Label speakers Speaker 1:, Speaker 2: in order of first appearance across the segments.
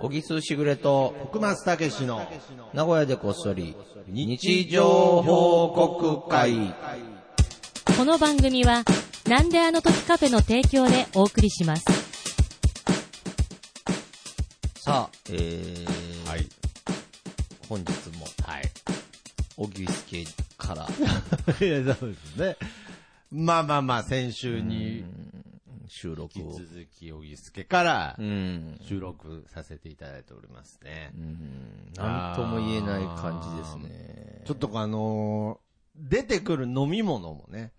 Speaker 1: 小木すしぐれと、
Speaker 2: 福松武史の
Speaker 1: 名古屋でこっそり、日常報告会。
Speaker 3: この番組は、なんであの時カフェの提供でお送りします。
Speaker 1: さあ、えー、
Speaker 4: はい。
Speaker 1: 本日も、
Speaker 4: はい。
Speaker 1: 小木すけから、
Speaker 2: いや、そうですね。まあまあまあ、先週に
Speaker 1: 収録
Speaker 2: 引き
Speaker 1: を。
Speaker 2: 続き、小木助から
Speaker 1: うん。
Speaker 2: 収録させていただいておりますね。
Speaker 1: なんとも言えない感じですね。
Speaker 2: ちょっとあのー出てくる飲み物もね、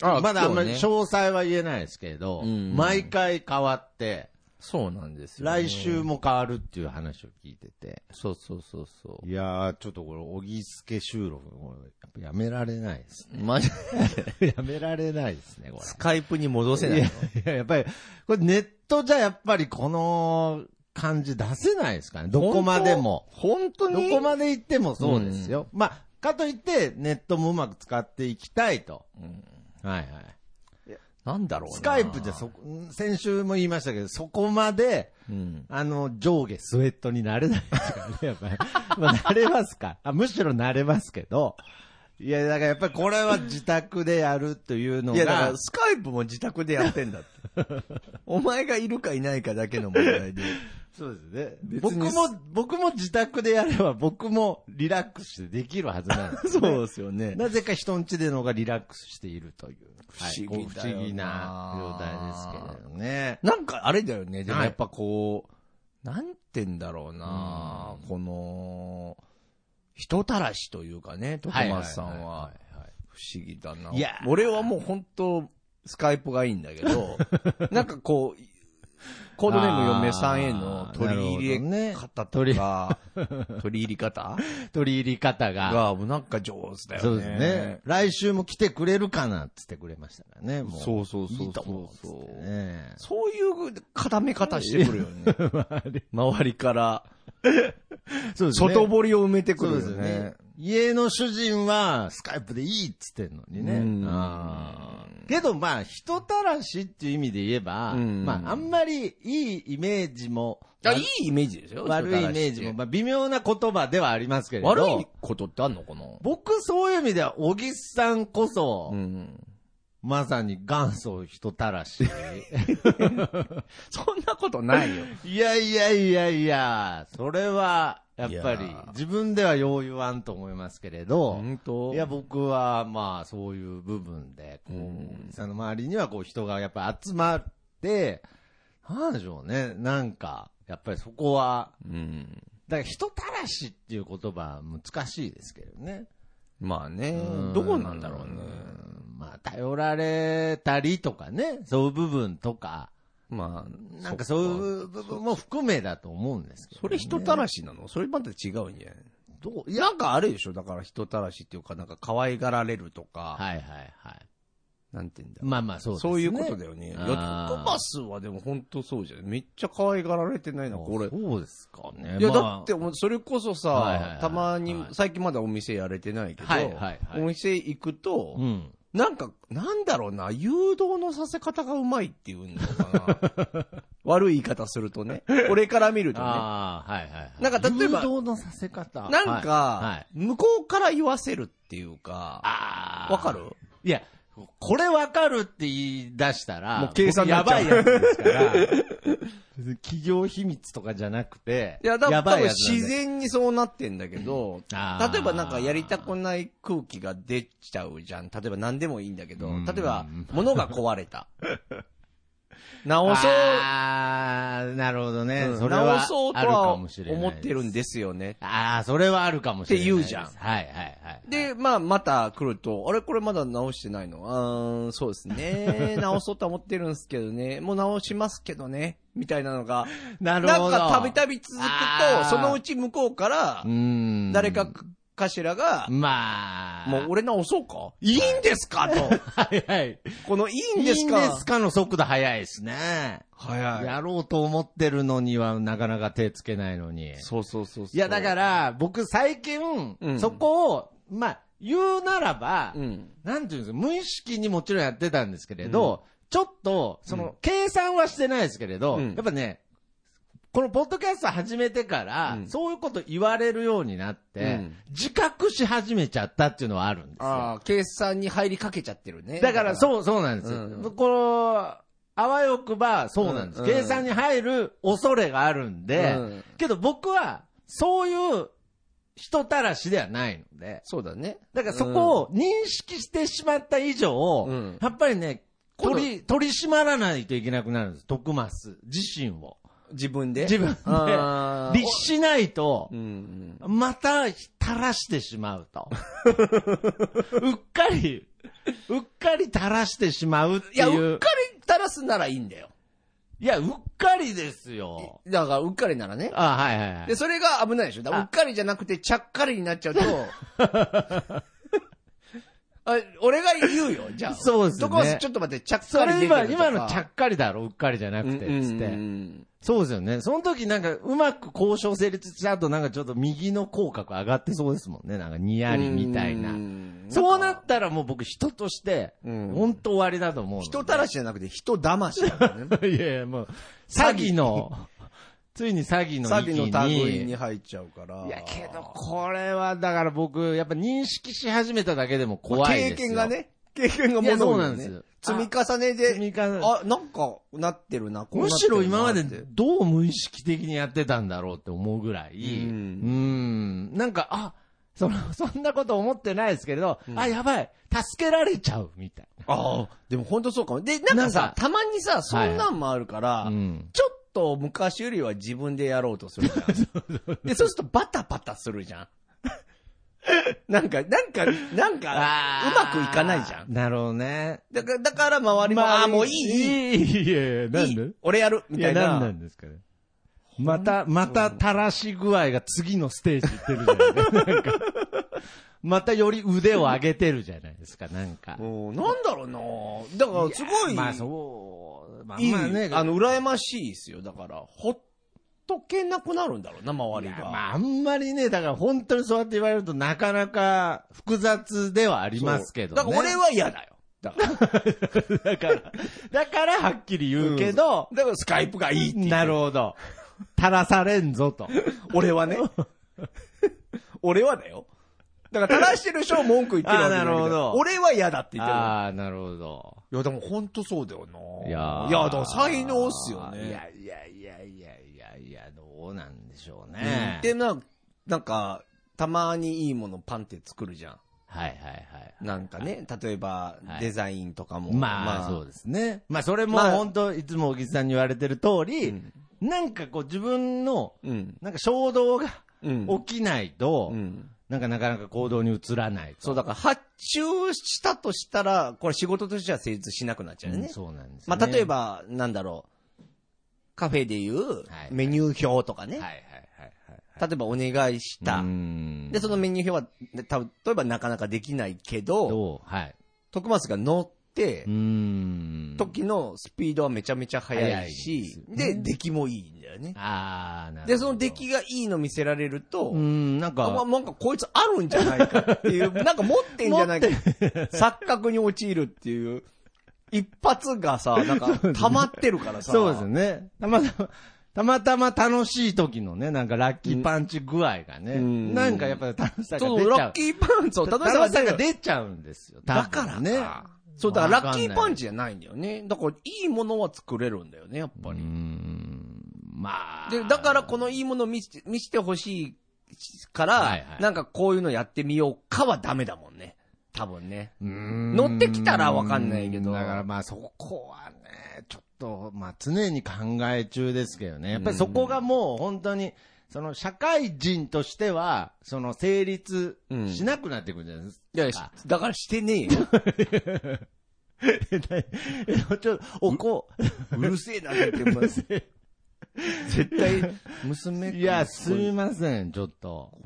Speaker 1: あ
Speaker 2: まだあんまり
Speaker 1: 今日ね
Speaker 2: 詳細は言えないですけれど、
Speaker 1: うん
Speaker 2: 毎回変わって、
Speaker 1: そうなんですよね、
Speaker 2: 来週も変わるっていう話を聞いてて、
Speaker 1: そうそうそうそ
Speaker 2: いやー、ちょっとこれ、小木助収録、これやっぱやめられないですね。
Speaker 1: う。マジ、
Speaker 2: やめられないですね、こ
Speaker 1: スカイプに戻せない
Speaker 2: れ。
Speaker 1: い
Speaker 2: や
Speaker 1: の
Speaker 2: いや、やっぱり、これネットじゃやっぱりこの感じ出せないですかね、どこまでも。
Speaker 1: 本当
Speaker 2: ど
Speaker 1: に
Speaker 2: こまで行ってもそうですよ。まあ、かといって、ネットもうまく使っていきたいと。はいはい。
Speaker 1: なんだろうな。
Speaker 2: スカイプじゃそこ、ん先週も言いましたけど、そこまで、
Speaker 1: うん。
Speaker 2: あの、上下スウェットになれないですからね、やっぱり。 まあ、慣れますかあ。むしろ慣れますけど。いや、だからやっぱりこれは自宅でやるというの
Speaker 1: いや、
Speaker 2: が。
Speaker 1: だから、スカイプも自宅でやってんだって。 お前がいるかいないかだけの問題 で。
Speaker 2: そうですね。
Speaker 1: 別
Speaker 2: 僕
Speaker 1: に
Speaker 2: も、僕も自宅でやれば僕もリラックスしてできるはずなん です。
Speaker 1: そうですよね。
Speaker 2: なぜか人ん家での方がリラックスしているという。
Speaker 1: 不思議だよな
Speaker 2: はいこう不思議な状態ですけれどね。
Speaker 1: なんかあれだよね。でも
Speaker 2: はい
Speaker 1: やっぱこう、なんて言うんだろうな、この、人たらしというかね、徳松さんは。不思議だな。
Speaker 2: いや
Speaker 1: 俺はもう本当、スカイプがいいんだけ ど、なんかこう、コードネーム嫁さんへの取り入れ方とか、 取り入り方
Speaker 2: 取り入り方が。
Speaker 1: が、もうなんか上手だよね。
Speaker 2: そうですね。。来週も来てくれるかなって言ってくれましたからね。もう
Speaker 1: そうそうそうそう
Speaker 2: いいと思うっつってね。
Speaker 1: そういう固め方してくるよね。 周りから。
Speaker 2: そうですね
Speaker 1: 外堀を埋めてく
Speaker 2: そう
Speaker 1: る
Speaker 2: で
Speaker 1: よ
Speaker 2: すよ
Speaker 1: ね
Speaker 2: ね。。家の主人はスカイプでいいっつってんのに
Speaker 1: うん
Speaker 2: ね。あーけどまあ人たらしっていう意味で言えば、
Speaker 1: うん
Speaker 2: まああんまりいいイメージも、
Speaker 1: あいいイメージですよ。
Speaker 2: 悪いイメージも、まあ微妙な言葉ではありますけれど、
Speaker 1: 悪いことってあんのかな
Speaker 2: 僕そういう意味では小木さんこそ、
Speaker 1: ん。
Speaker 2: まさに元祖人たらし。
Speaker 1: そんなことないよ。
Speaker 2: いやいやいやいや、それは、やっぱ
Speaker 1: い
Speaker 2: り
Speaker 1: や、
Speaker 2: 自分ではよう言わんと思いますけれど、
Speaker 1: 本当
Speaker 2: いや、僕は、まあ、そういう部分で、こう、その周りには、こう、人がやっぱ集まって、なんでしょうね、なんか、やっぱりそこは、
Speaker 1: うん。
Speaker 2: だから人たらしっていう言葉は難しいですけどね。
Speaker 1: まあね、どうなんだろうね。
Speaker 2: うんまあ、頼られたりとかね、そういう部分とか、
Speaker 1: まあ、
Speaker 2: なんかそういう部分も含めだと思うんですけど、ね。
Speaker 1: それ人たらしなのそれまた違うんじゃないどういや、なんかあれでしょだから人たらしっていうか、なんか可愛がられるとか、
Speaker 2: はいはいはい。
Speaker 1: なんて言うんだろう
Speaker 2: まあまあそうですね。
Speaker 1: そういうことだよね。いや、
Speaker 2: あ
Speaker 1: ト
Speaker 2: ー
Speaker 1: クマスはでも本当そうじゃん。めっちゃ可愛がられてないな、これ。
Speaker 2: そうですかね。
Speaker 1: いや、
Speaker 2: まあ
Speaker 1: だって、おそれこそさ、
Speaker 2: はいはいはい
Speaker 1: たまに、
Speaker 2: はい
Speaker 1: 最近まだお店やれてないけど、
Speaker 2: はいはいはい
Speaker 1: お店行くと、
Speaker 2: うん。
Speaker 1: なんか、なんだろうな、誘導のさせ方がうまいっていうのかな。 悪い言い方するとね。俺から見るとね。
Speaker 2: ああ、はいはいはい。
Speaker 1: なんか例えば
Speaker 2: 誘導のさせ方。
Speaker 1: なんか、
Speaker 2: はいはい
Speaker 1: 向こうから言わせるっていうか、
Speaker 2: ああ。
Speaker 1: わかる
Speaker 2: いや、これわかるって言い出したら、
Speaker 1: もう計算
Speaker 2: 僕
Speaker 1: にな
Speaker 2: や
Speaker 1: っちゃ
Speaker 2: ば
Speaker 1: う
Speaker 2: いやつですから、 企業秘密とかじゃなくて、
Speaker 1: いや、だから多
Speaker 2: ばい
Speaker 1: 分
Speaker 2: やつなんで
Speaker 1: 自然にそうなってんだけど、
Speaker 2: あー
Speaker 1: 例えばなんかやりたくない空気が出ちゃうじゃん。例えば何でもいいんだけど
Speaker 2: う、ん
Speaker 1: 例えば物が壊れ た。直そう、
Speaker 2: ああ、なるほどね。
Speaker 1: うん
Speaker 2: それ
Speaker 1: 直
Speaker 2: は
Speaker 1: そうと
Speaker 2: ある
Speaker 1: は
Speaker 2: かもしれない。
Speaker 1: 思ってるんですよね。
Speaker 2: ああ、それはあるかもしれないです。
Speaker 1: って言うじゃん
Speaker 2: はいはいはい。
Speaker 1: で、まあ、また来ると、あれこれまだ直してないのあーそうです ね。直そうとは思ってるんですけどね。もう直しますけどね。みたいなのが。
Speaker 2: なるほど。
Speaker 1: んかたびたび続く
Speaker 2: あ
Speaker 1: と、
Speaker 2: ー
Speaker 1: そのうち向こうから
Speaker 2: う、ん。
Speaker 1: 誰かかしらが、
Speaker 2: まあ。
Speaker 1: もう俺直そうかいいんですかと。
Speaker 2: はいはい。
Speaker 1: このいいん
Speaker 2: い
Speaker 1: で
Speaker 2: い
Speaker 1: す
Speaker 2: ん
Speaker 1: か
Speaker 2: ですかの速度早いですね。
Speaker 1: 早い。
Speaker 2: やろうと思ってるのにはなかなか手つけないのに。
Speaker 1: そうそうそうそう。、
Speaker 2: いや、だからら、僕最近、
Speaker 1: うん
Speaker 2: そこを、まあ、言うならば、
Speaker 1: うん。
Speaker 2: なんていうんですか、無意識にもちろんやってたんですけれど、ちょっと、その、計算はしてないですけれど、
Speaker 1: うん
Speaker 2: やっぱね、このポッドキャスト始めてから、
Speaker 1: うん
Speaker 2: そういうこと言われるようになって、
Speaker 1: うん
Speaker 2: 自覚し始めちゃったっていうのはあるんですよ。
Speaker 1: ああ、計算に入りかけちゃってるね。
Speaker 2: だから、そう、そうなんですよ。
Speaker 1: うん
Speaker 2: この、あわよくば、そうなんです、
Speaker 1: うん
Speaker 2: 計算に入る恐れがあるんで、
Speaker 1: うん
Speaker 2: けど僕は、そういう人たらしではないので、
Speaker 1: そうだね。
Speaker 2: だからそこを認識してしまった以上、
Speaker 1: うん
Speaker 2: やっぱりね、
Speaker 1: この
Speaker 2: 取り、取り締まらないといけなくなるんです。徳マス自身を。
Speaker 1: 自分で
Speaker 2: 自分で
Speaker 1: あ ー
Speaker 2: 律しないと
Speaker 1: う、ん。
Speaker 2: また垂らしてしまう と。うっかり、うっかり垂らしてしまうっていう。
Speaker 1: いや、うっかり垂らすならいいんだよ。
Speaker 2: いや、うっかりですよ。
Speaker 1: だから、うっかりならね。
Speaker 2: あ、はいはいはい
Speaker 1: で、。それが危ないでしょ。だから
Speaker 2: あ
Speaker 1: うっかりじゃなくて、ちゃっかりになっ ちゃうと。あ俺が言うよ、じゃあ。
Speaker 2: そうですね
Speaker 1: そこはちょっと待って、ちゃっ
Speaker 2: そ
Speaker 1: かりで
Speaker 2: れ
Speaker 1: き
Speaker 2: 今、
Speaker 1: るとか
Speaker 2: 今のちゃっかりだろ、うっかりじゃなくて、つって。
Speaker 1: うんうんうん
Speaker 2: そうですよね。その時なんか、うまく交渉成立した後、なんかちょっと右の口角上がってそうですもんね。なんかニヤリみたいな。
Speaker 1: うん
Speaker 2: そうなったらもう僕人として、
Speaker 1: うん
Speaker 2: 本当終わりだと思うので。
Speaker 1: 人たらしじゃなくて、人だましだからね。
Speaker 2: いやいや、もう、詐欺の、ついに詐欺の
Speaker 1: サビの類
Speaker 2: 域
Speaker 1: に
Speaker 2: に。
Speaker 1: 入っちゃうから。
Speaker 2: いや、けど、これは、だから僕、やっぱ認識し始めただけでも怖いですよ。
Speaker 1: 経験が。ね、経験が
Speaker 2: い
Speaker 1: もの
Speaker 2: やそう
Speaker 1: を
Speaker 2: な
Speaker 1: 言
Speaker 2: ん
Speaker 1: う
Speaker 2: で
Speaker 1: ね
Speaker 2: すよ
Speaker 1: 積み重ねで、
Speaker 2: 積み重ね
Speaker 1: あ、なんか、なってるな、こうな
Speaker 2: む
Speaker 1: って
Speaker 2: し
Speaker 1: るな
Speaker 2: ろ今まで
Speaker 1: って
Speaker 2: どう無意識的にやってたんだろうって思うぐらい、う
Speaker 1: うん
Speaker 2: ん、なんか、あ、その、 そんなこと思ってないですけれど、あ、やばい、助けられちゃう、みたい
Speaker 1: ああ、でも本当そうかも。で、なんかさ、
Speaker 2: なんか
Speaker 1: たまにさ、そんなんもあるから、
Speaker 2: な。ん。
Speaker 1: ちょっと昔よりは自分でやろうとす るじゃん。で、そうするとバタバタするじゃん。 なんか、なんか、なんか、うまくいかないじゃん。
Speaker 2: なるほどね。
Speaker 1: だから、だから周りも、ああ、もういい、いい、
Speaker 2: いい。いやいや、なん
Speaker 1: い
Speaker 2: で
Speaker 1: い俺やる、み
Speaker 2: い
Speaker 1: た
Speaker 2: や、
Speaker 1: い
Speaker 2: な
Speaker 1: な。
Speaker 2: んなんですかね。また、また、垂らし具合が次のステージ行ってるじゃないですか。なんか またより腕を上げてるじゃないですか、なんか。
Speaker 1: うんなんだろうなだから、すごい、
Speaker 2: まあ、そう。まあ、
Speaker 1: いい、
Speaker 2: まあね、
Speaker 1: あの、羨ましいですよ。だから、ほっとけなくなるんだろうな、周り
Speaker 2: いや
Speaker 1: が。
Speaker 2: まあ、あんまりね、だから本当にそうやって言われるとなかなか複雑ではありますけどね。
Speaker 1: だから、俺は嫌だよ。だから、
Speaker 2: だから、だからはっきり言うけど、
Speaker 1: だからスカイプがいいっていう。
Speaker 2: なるほど。垂らされんぞと。
Speaker 1: 俺は ね。俺はだよ。だから、正してる人は文句言ってるわけじゃない
Speaker 2: あーな
Speaker 1: け
Speaker 2: る
Speaker 1: ど
Speaker 2: ほど
Speaker 1: 俺は嫌だって言ってる。
Speaker 2: ああ、なるほど。
Speaker 1: いや、でも本当そうだよな。
Speaker 2: いやー
Speaker 1: いや、だから才能っすよね。
Speaker 2: いやいやいやいやいやいや、どうなんでしょう
Speaker 1: うん
Speaker 2: ね。
Speaker 1: で、ななんか、たまにいいものパンって作るじゃ
Speaker 2: はいはいはい。
Speaker 1: ん。なんかね、例えば
Speaker 2: は、い
Speaker 1: デザインとかも。
Speaker 2: まあ、そうですね。まあ、それも
Speaker 1: まあ
Speaker 2: 本当、いつも小木さんに言われてる通り、
Speaker 1: うん
Speaker 2: なんかこう自分の、
Speaker 1: うん。
Speaker 2: なんか衝動が
Speaker 1: うん。
Speaker 2: 起きないと、
Speaker 1: うん。
Speaker 2: なんかなかなか行動に移らないと。
Speaker 1: そう、だから発注したとしたら、これ仕事としては成立しなくなっちゃうよ
Speaker 2: うん
Speaker 1: ね。
Speaker 2: そうなんです、
Speaker 1: ま
Speaker 2: ね。
Speaker 1: あ、例え、ば、なんだろう。カフェでいう
Speaker 2: はい
Speaker 1: メニュー表とか
Speaker 2: は
Speaker 1: ね
Speaker 2: い。はいはいはい。
Speaker 1: 例えばお願いした
Speaker 2: う。ん
Speaker 1: で、そのメニュー表は、た例えばなかなかできないけど、
Speaker 2: どうはい。
Speaker 1: 徳松が乗って
Speaker 2: う、ん。
Speaker 1: 時のスピードはめちゃめちゃ速いし、
Speaker 2: 速
Speaker 1: で、
Speaker 2: いです
Speaker 1: 出来もいいんだよね。
Speaker 2: ああ、なるほど。
Speaker 1: で、その出来がいいの見せられると、
Speaker 2: うん、なん
Speaker 1: あまあ
Speaker 2: か、
Speaker 1: なんかこいつあるんじゃないかって いう、なんか持ってんじゃないか。錯覚に陥るっていう、一発がさ、なんか溜まってるからさ。
Speaker 2: そうですね。たまたま、たまたま楽しい時のね、なんかラッキーパンチ具合がね、
Speaker 1: うん
Speaker 2: なんかやっぱり楽しさが
Speaker 1: そう、
Speaker 2: 出ち
Speaker 1: ラ
Speaker 2: ゃ
Speaker 1: ッ
Speaker 2: う。
Speaker 1: キーパンチを、楽しさ
Speaker 2: 楽
Speaker 1: が
Speaker 2: しさ
Speaker 1: 出
Speaker 2: が
Speaker 1: る。
Speaker 2: 出ちゃうんですよ。
Speaker 1: だ
Speaker 2: 多
Speaker 1: から
Speaker 2: 分
Speaker 1: ね
Speaker 2: ね。。
Speaker 1: そう、だからラッキーパン
Speaker 2: チ。
Speaker 1: チじゃないんだよね。だから、いいものは作れるんだよね、やっぱ
Speaker 2: う
Speaker 1: り。
Speaker 2: ん、まあ。
Speaker 1: で、だからこのいいものを見せて、見せてほしいから、
Speaker 2: はいはい
Speaker 1: なんかこういうのやってみようかはダメだもんね。多分ね。乗
Speaker 2: 乗
Speaker 1: ってきたらわかんないけど
Speaker 2: だからまあそこはね、ちょっと、まあ常に考え中ですけどね。やっぱりそこがもう本当に、その社会人としては、その成立しなくなってくるじゃないですか。
Speaker 1: いや、しだからしてねえよ。
Speaker 2: えちょっと、おこ、
Speaker 1: うるせえなって言ってます。絶対、娘
Speaker 2: いや、すみません、ちょっと。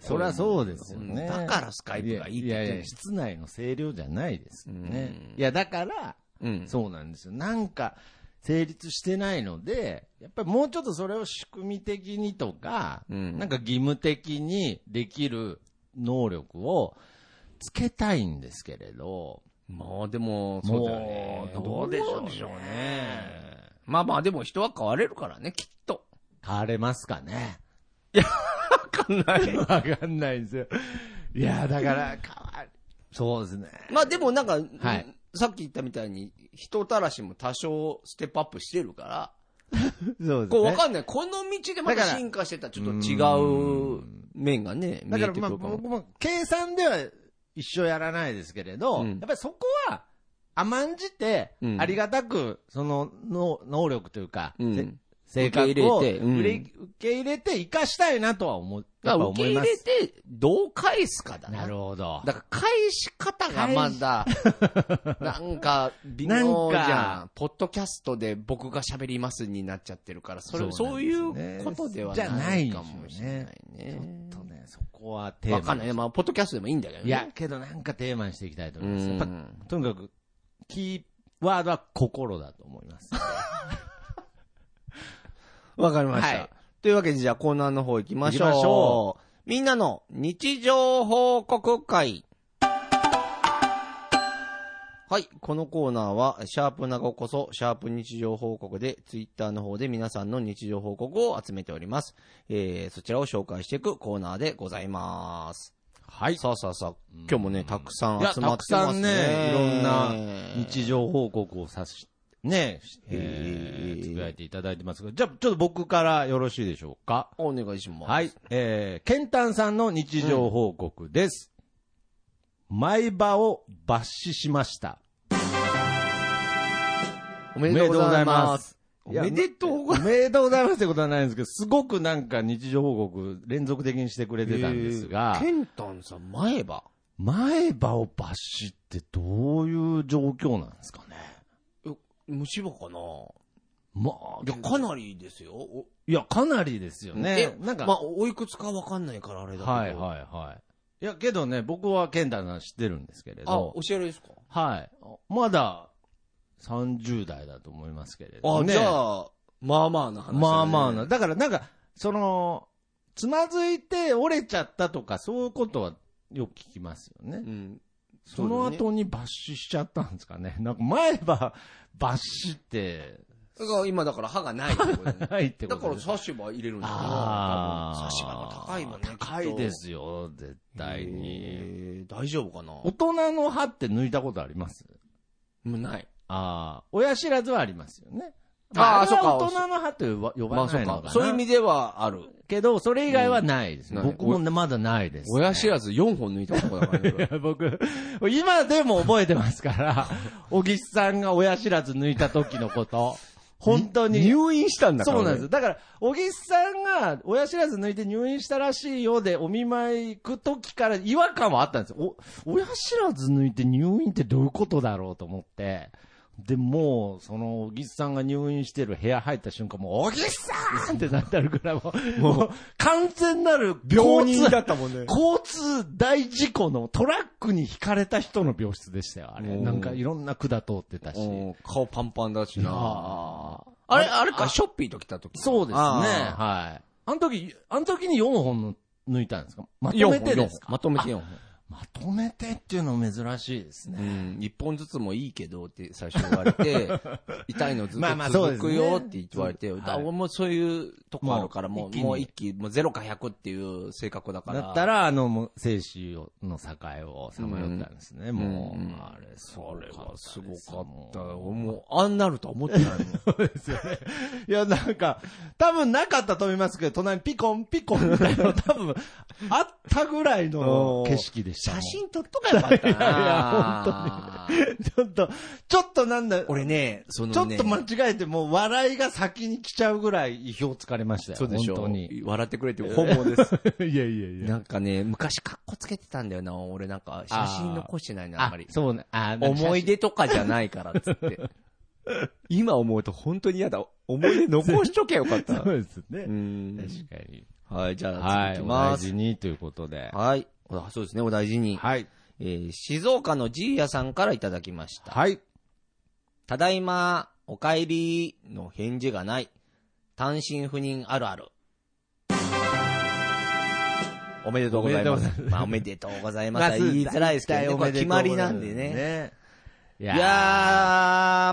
Speaker 2: そりゃそうですよね。
Speaker 1: だからスカイプがいいって
Speaker 2: い
Speaker 1: 言っ
Speaker 2: や
Speaker 1: てる
Speaker 2: いや
Speaker 1: ん
Speaker 2: い
Speaker 1: で
Speaker 2: や、
Speaker 1: す。
Speaker 2: 室内の声量じゃないですよね
Speaker 1: う。ん
Speaker 2: いや、だから、
Speaker 1: うん
Speaker 2: そうなんですよ。なんか、成立してないので、やっぱりもうちょっとそれを仕組み的にとか、
Speaker 1: うん
Speaker 2: なんか義務的にできる能力をつけたいんですけれど、
Speaker 1: まあでも、そうだよね
Speaker 2: も。う、どうでしょうね。
Speaker 1: まあまあでも人は変われるからね、きっと。
Speaker 2: 変われますかね。
Speaker 1: わかんない。
Speaker 2: わかんないんですよ。いや、だから、変わる。そう ですね。
Speaker 1: まあでもなんか、
Speaker 2: はい
Speaker 1: さっき言ったみたいに、人たらしも多少ステップアップしてるから、
Speaker 2: そうです
Speaker 1: こう
Speaker 2: ね。
Speaker 1: わかんない。この道でまた
Speaker 2: だから
Speaker 1: 進化してたらちょっと違う面がね、
Speaker 2: だ
Speaker 1: 見え
Speaker 2: か
Speaker 1: てくる
Speaker 2: ら、ま
Speaker 1: か
Speaker 2: あ、
Speaker 1: も
Speaker 2: 僕。も計算では一生やらないですけれど、
Speaker 1: うん
Speaker 2: やっぱりそこは甘んじて
Speaker 1: う、ん
Speaker 2: ありがたく、その能能力というか、
Speaker 1: うん
Speaker 2: せ性格を
Speaker 1: 受け入れてうん
Speaker 2: 受け受け入れて生かしたいなとは思う
Speaker 1: だ
Speaker 2: や
Speaker 1: か
Speaker 2: っぱ
Speaker 1: ら受け
Speaker 2: 思
Speaker 1: 入
Speaker 2: いま
Speaker 1: れ
Speaker 2: す。
Speaker 1: て、どう返すかだな。
Speaker 2: なるほど。
Speaker 1: だから返し方がま だ、なんか微妙じ
Speaker 2: なん
Speaker 1: ゃ
Speaker 2: か
Speaker 1: ん。ポッドキャストで僕が喋りますになっちゃってるから、それそう
Speaker 2: そうなんですよね
Speaker 1: いうことではないかもしれない
Speaker 2: ちょ
Speaker 1: ね。
Speaker 2: っとね、そこはテーマ
Speaker 1: わ
Speaker 2: に
Speaker 1: かんない。まあ、ポッドキャストでもいいんだけどね。
Speaker 2: いや、けどなんかテーマにしていきたいと
Speaker 1: う
Speaker 2: 思います。やっぱ
Speaker 1: ん。
Speaker 2: とにかく、キーワードは心だと思 います。
Speaker 1: わかりました、
Speaker 2: はい
Speaker 1: というわけで、じゃあコーナーの方行きましょう。
Speaker 2: 行きましょ
Speaker 1: みんなの日常報告会。はい。このコーナーは、シャープ長尾こそ、シャープ日常報告で、ツイッターの方で皆さんの日常報告を集めております。えー、そちらを紹介していくコーナーでございます。
Speaker 2: はい。
Speaker 1: さあさあさあ、今日もね、たくさん
Speaker 2: いや
Speaker 1: 集まってますね。
Speaker 2: たくさんねいろんな日常報告をさし、ねえ
Speaker 1: え
Speaker 2: ー、
Speaker 1: ー
Speaker 2: つぶやいていただいてますが、じゃあ、ちょっと僕からよろしいでしょうか。
Speaker 1: お願いします。
Speaker 2: はい。。えー、ケンタンさんの日常報告です。前歯を抜歯しました。
Speaker 1: おめでとうございます。
Speaker 2: いや
Speaker 1: おめでとうございます。
Speaker 2: おめでとうございますってことはないんですけど、すごくなんか日常報告連続的にしてくれてたんですが、
Speaker 1: ケンタンさん、前歯。
Speaker 2: 前歯を抜歯ってどういう状況なんですかね。
Speaker 1: 虫歯かな
Speaker 2: ま
Speaker 1: いや、かなりですよ。お
Speaker 2: いや、かなりですよね。
Speaker 1: え
Speaker 2: なんか、
Speaker 1: まあ、おいくつかわかんないからあれだけど。
Speaker 2: はいはいはい。いや、けどね、僕はケンタさん知ってるんですけれ
Speaker 1: あ、
Speaker 2: ど
Speaker 1: お、知り合いですか
Speaker 2: はい。まだ30代だと思いますけれど、
Speaker 1: あ、
Speaker 2: ね。
Speaker 1: じゃあ、まあまあな話、
Speaker 2: まあまあな。。だからなんか、その、つまずいて折れちゃったとか、そういうことはよく聞きますよね。
Speaker 1: うん。
Speaker 2: その
Speaker 1: そう
Speaker 2: 後に抜歯しちゃったんですかね。なんか前歯、抜歯って、
Speaker 1: だから今だから歯がないってことだね
Speaker 2: ない ってこ
Speaker 1: だ
Speaker 2: と
Speaker 1: から
Speaker 2: です
Speaker 1: 差し歯入れるんだよね。
Speaker 2: あ
Speaker 1: 差
Speaker 2: あ。
Speaker 1: し歯が高いもんね。
Speaker 2: 高いですよ、絶
Speaker 1: きっと。
Speaker 2: 対に。
Speaker 1: えー大丈夫かな
Speaker 2: 大人の歯って抜いたことあります
Speaker 1: もうない。
Speaker 2: ああ、親知らずはありますよね。
Speaker 1: あー
Speaker 2: まあ、
Speaker 1: そ
Speaker 2: そ
Speaker 1: か
Speaker 2: うか。大人の歯と呼ば呼
Speaker 1: ま
Speaker 2: ば
Speaker 1: あそ
Speaker 2: な
Speaker 1: う
Speaker 2: いのか
Speaker 1: か
Speaker 2: な。。
Speaker 1: そういう意味ではあ る。
Speaker 2: けど、それ以外はないですね。
Speaker 1: うん
Speaker 2: 僕もねまだないです、ね。
Speaker 1: 親知らず4本抜いたとこだからね。俺
Speaker 2: いや 僕、今でも覚えてま すから、小木さんが親知らず抜いた時のこと、本当に。
Speaker 1: 入院したんだから。
Speaker 2: そうなんで
Speaker 1: 俺
Speaker 2: すよ。だから、小木さんが親知らず抜いて入院したらしいようで、お見舞い行く時から違和感はあったんですよ。お、親知らず抜いて入院ってどういうことだろうと思って。で、もう、その、小木さんが入院してる部屋入った瞬間、もう、小木さんってなってるから、もう、もう完全なる
Speaker 1: 病人
Speaker 2: 交通
Speaker 1: だったもんね。
Speaker 2: 交通大事故のトラックにひかれた人の病室でしたよ、あれ。
Speaker 1: うん
Speaker 2: なんかいろんな管通ってたし。
Speaker 1: うん顔パンパンだしな。
Speaker 2: ああ
Speaker 1: あれ、あれか、ショッピーと来た時。
Speaker 2: そうですね。
Speaker 1: あ
Speaker 2: はい。あの時、あの時に4本抜いたんですかまと
Speaker 1: 四
Speaker 2: め
Speaker 1: 本
Speaker 2: てです
Speaker 1: ま
Speaker 2: か
Speaker 1: とめて4本。
Speaker 2: まとめてっていうの珍しいです
Speaker 1: う
Speaker 2: ね。
Speaker 1: ん。1本ずつもいいけどって最初言われ て、痛いのずっ
Speaker 2: まあまあ
Speaker 1: と
Speaker 2: そうで
Speaker 1: 続
Speaker 2: す
Speaker 1: く
Speaker 2: ね
Speaker 1: よって言われて、
Speaker 2: はい
Speaker 1: だ俺もそういうとこあるから、
Speaker 2: もう
Speaker 1: もう、
Speaker 2: 一気に
Speaker 1: もう一気、もう0か100っていう性格だから。
Speaker 2: だった、ら、あの、もう、生死をの境をさまよったんですね、もう、
Speaker 1: うん
Speaker 2: あれ、そ
Speaker 1: それ
Speaker 2: れ
Speaker 1: は
Speaker 2: は
Speaker 1: す
Speaker 2: す
Speaker 1: ご
Speaker 2: ご
Speaker 1: か
Speaker 2: か
Speaker 1: っ。
Speaker 2: ったた。
Speaker 1: 俺もう、あんなるとは思ってない もん。
Speaker 2: いや、なんか、多分なかったと思いますけど、隣にピコンピコンみた いなの多分、あったぐらいの景色でしたもん。
Speaker 1: 写真撮っとかよかったな。
Speaker 2: いやい
Speaker 1: 本
Speaker 2: や
Speaker 1: 当に。
Speaker 2: ちょっと、ちょっとなんだ、
Speaker 1: 俺ね、そのね、
Speaker 2: ちょっと間違えて、もう笑いが先に来ちゃうぐらい意表をつかれましたよ。
Speaker 1: そうでしょ。
Speaker 2: 本当 に。
Speaker 1: 笑ってくれて本望です。
Speaker 2: いやいやい
Speaker 1: なんかね、昔カッコつけてたんだよな、俺なんか、写真残してないな、あん
Speaker 2: あ
Speaker 1: まり、。
Speaker 2: そうね。あ
Speaker 1: 思い
Speaker 2: 出。
Speaker 1: 出とかじゃないから、つ って。今思うと本当に嫌だ。思い出残しとけよかっ
Speaker 2: そ
Speaker 1: た。
Speaker 2: うです
Speaker 1: う
Speaker 2: ね。
Speaker 1: ん。
Speaker 2: 確かに。
Speaker 1: はい、じゃあ続
Speaker 2: はい。
Speaker 1: き
Speaker 2: お
Speaker 1: ま
Speaker 2: 大
Speaker 1: す。
Speaker 2: 事にということで。
Speaker 1: はい。あそうですね、お大事に。
Speaker 2: はい。
Speaker 1: えー静岡のじいやさんからいただきました。
Speaker 2: はい。
Speaker 1: ただいま、お帰りの返事がない。単身赴任あるある。おめでとうございます。まあ、おめでとうございます。言いづらいですけどね、これは決まりなんでね。。
Speaker 2: い
Speaker 1: いや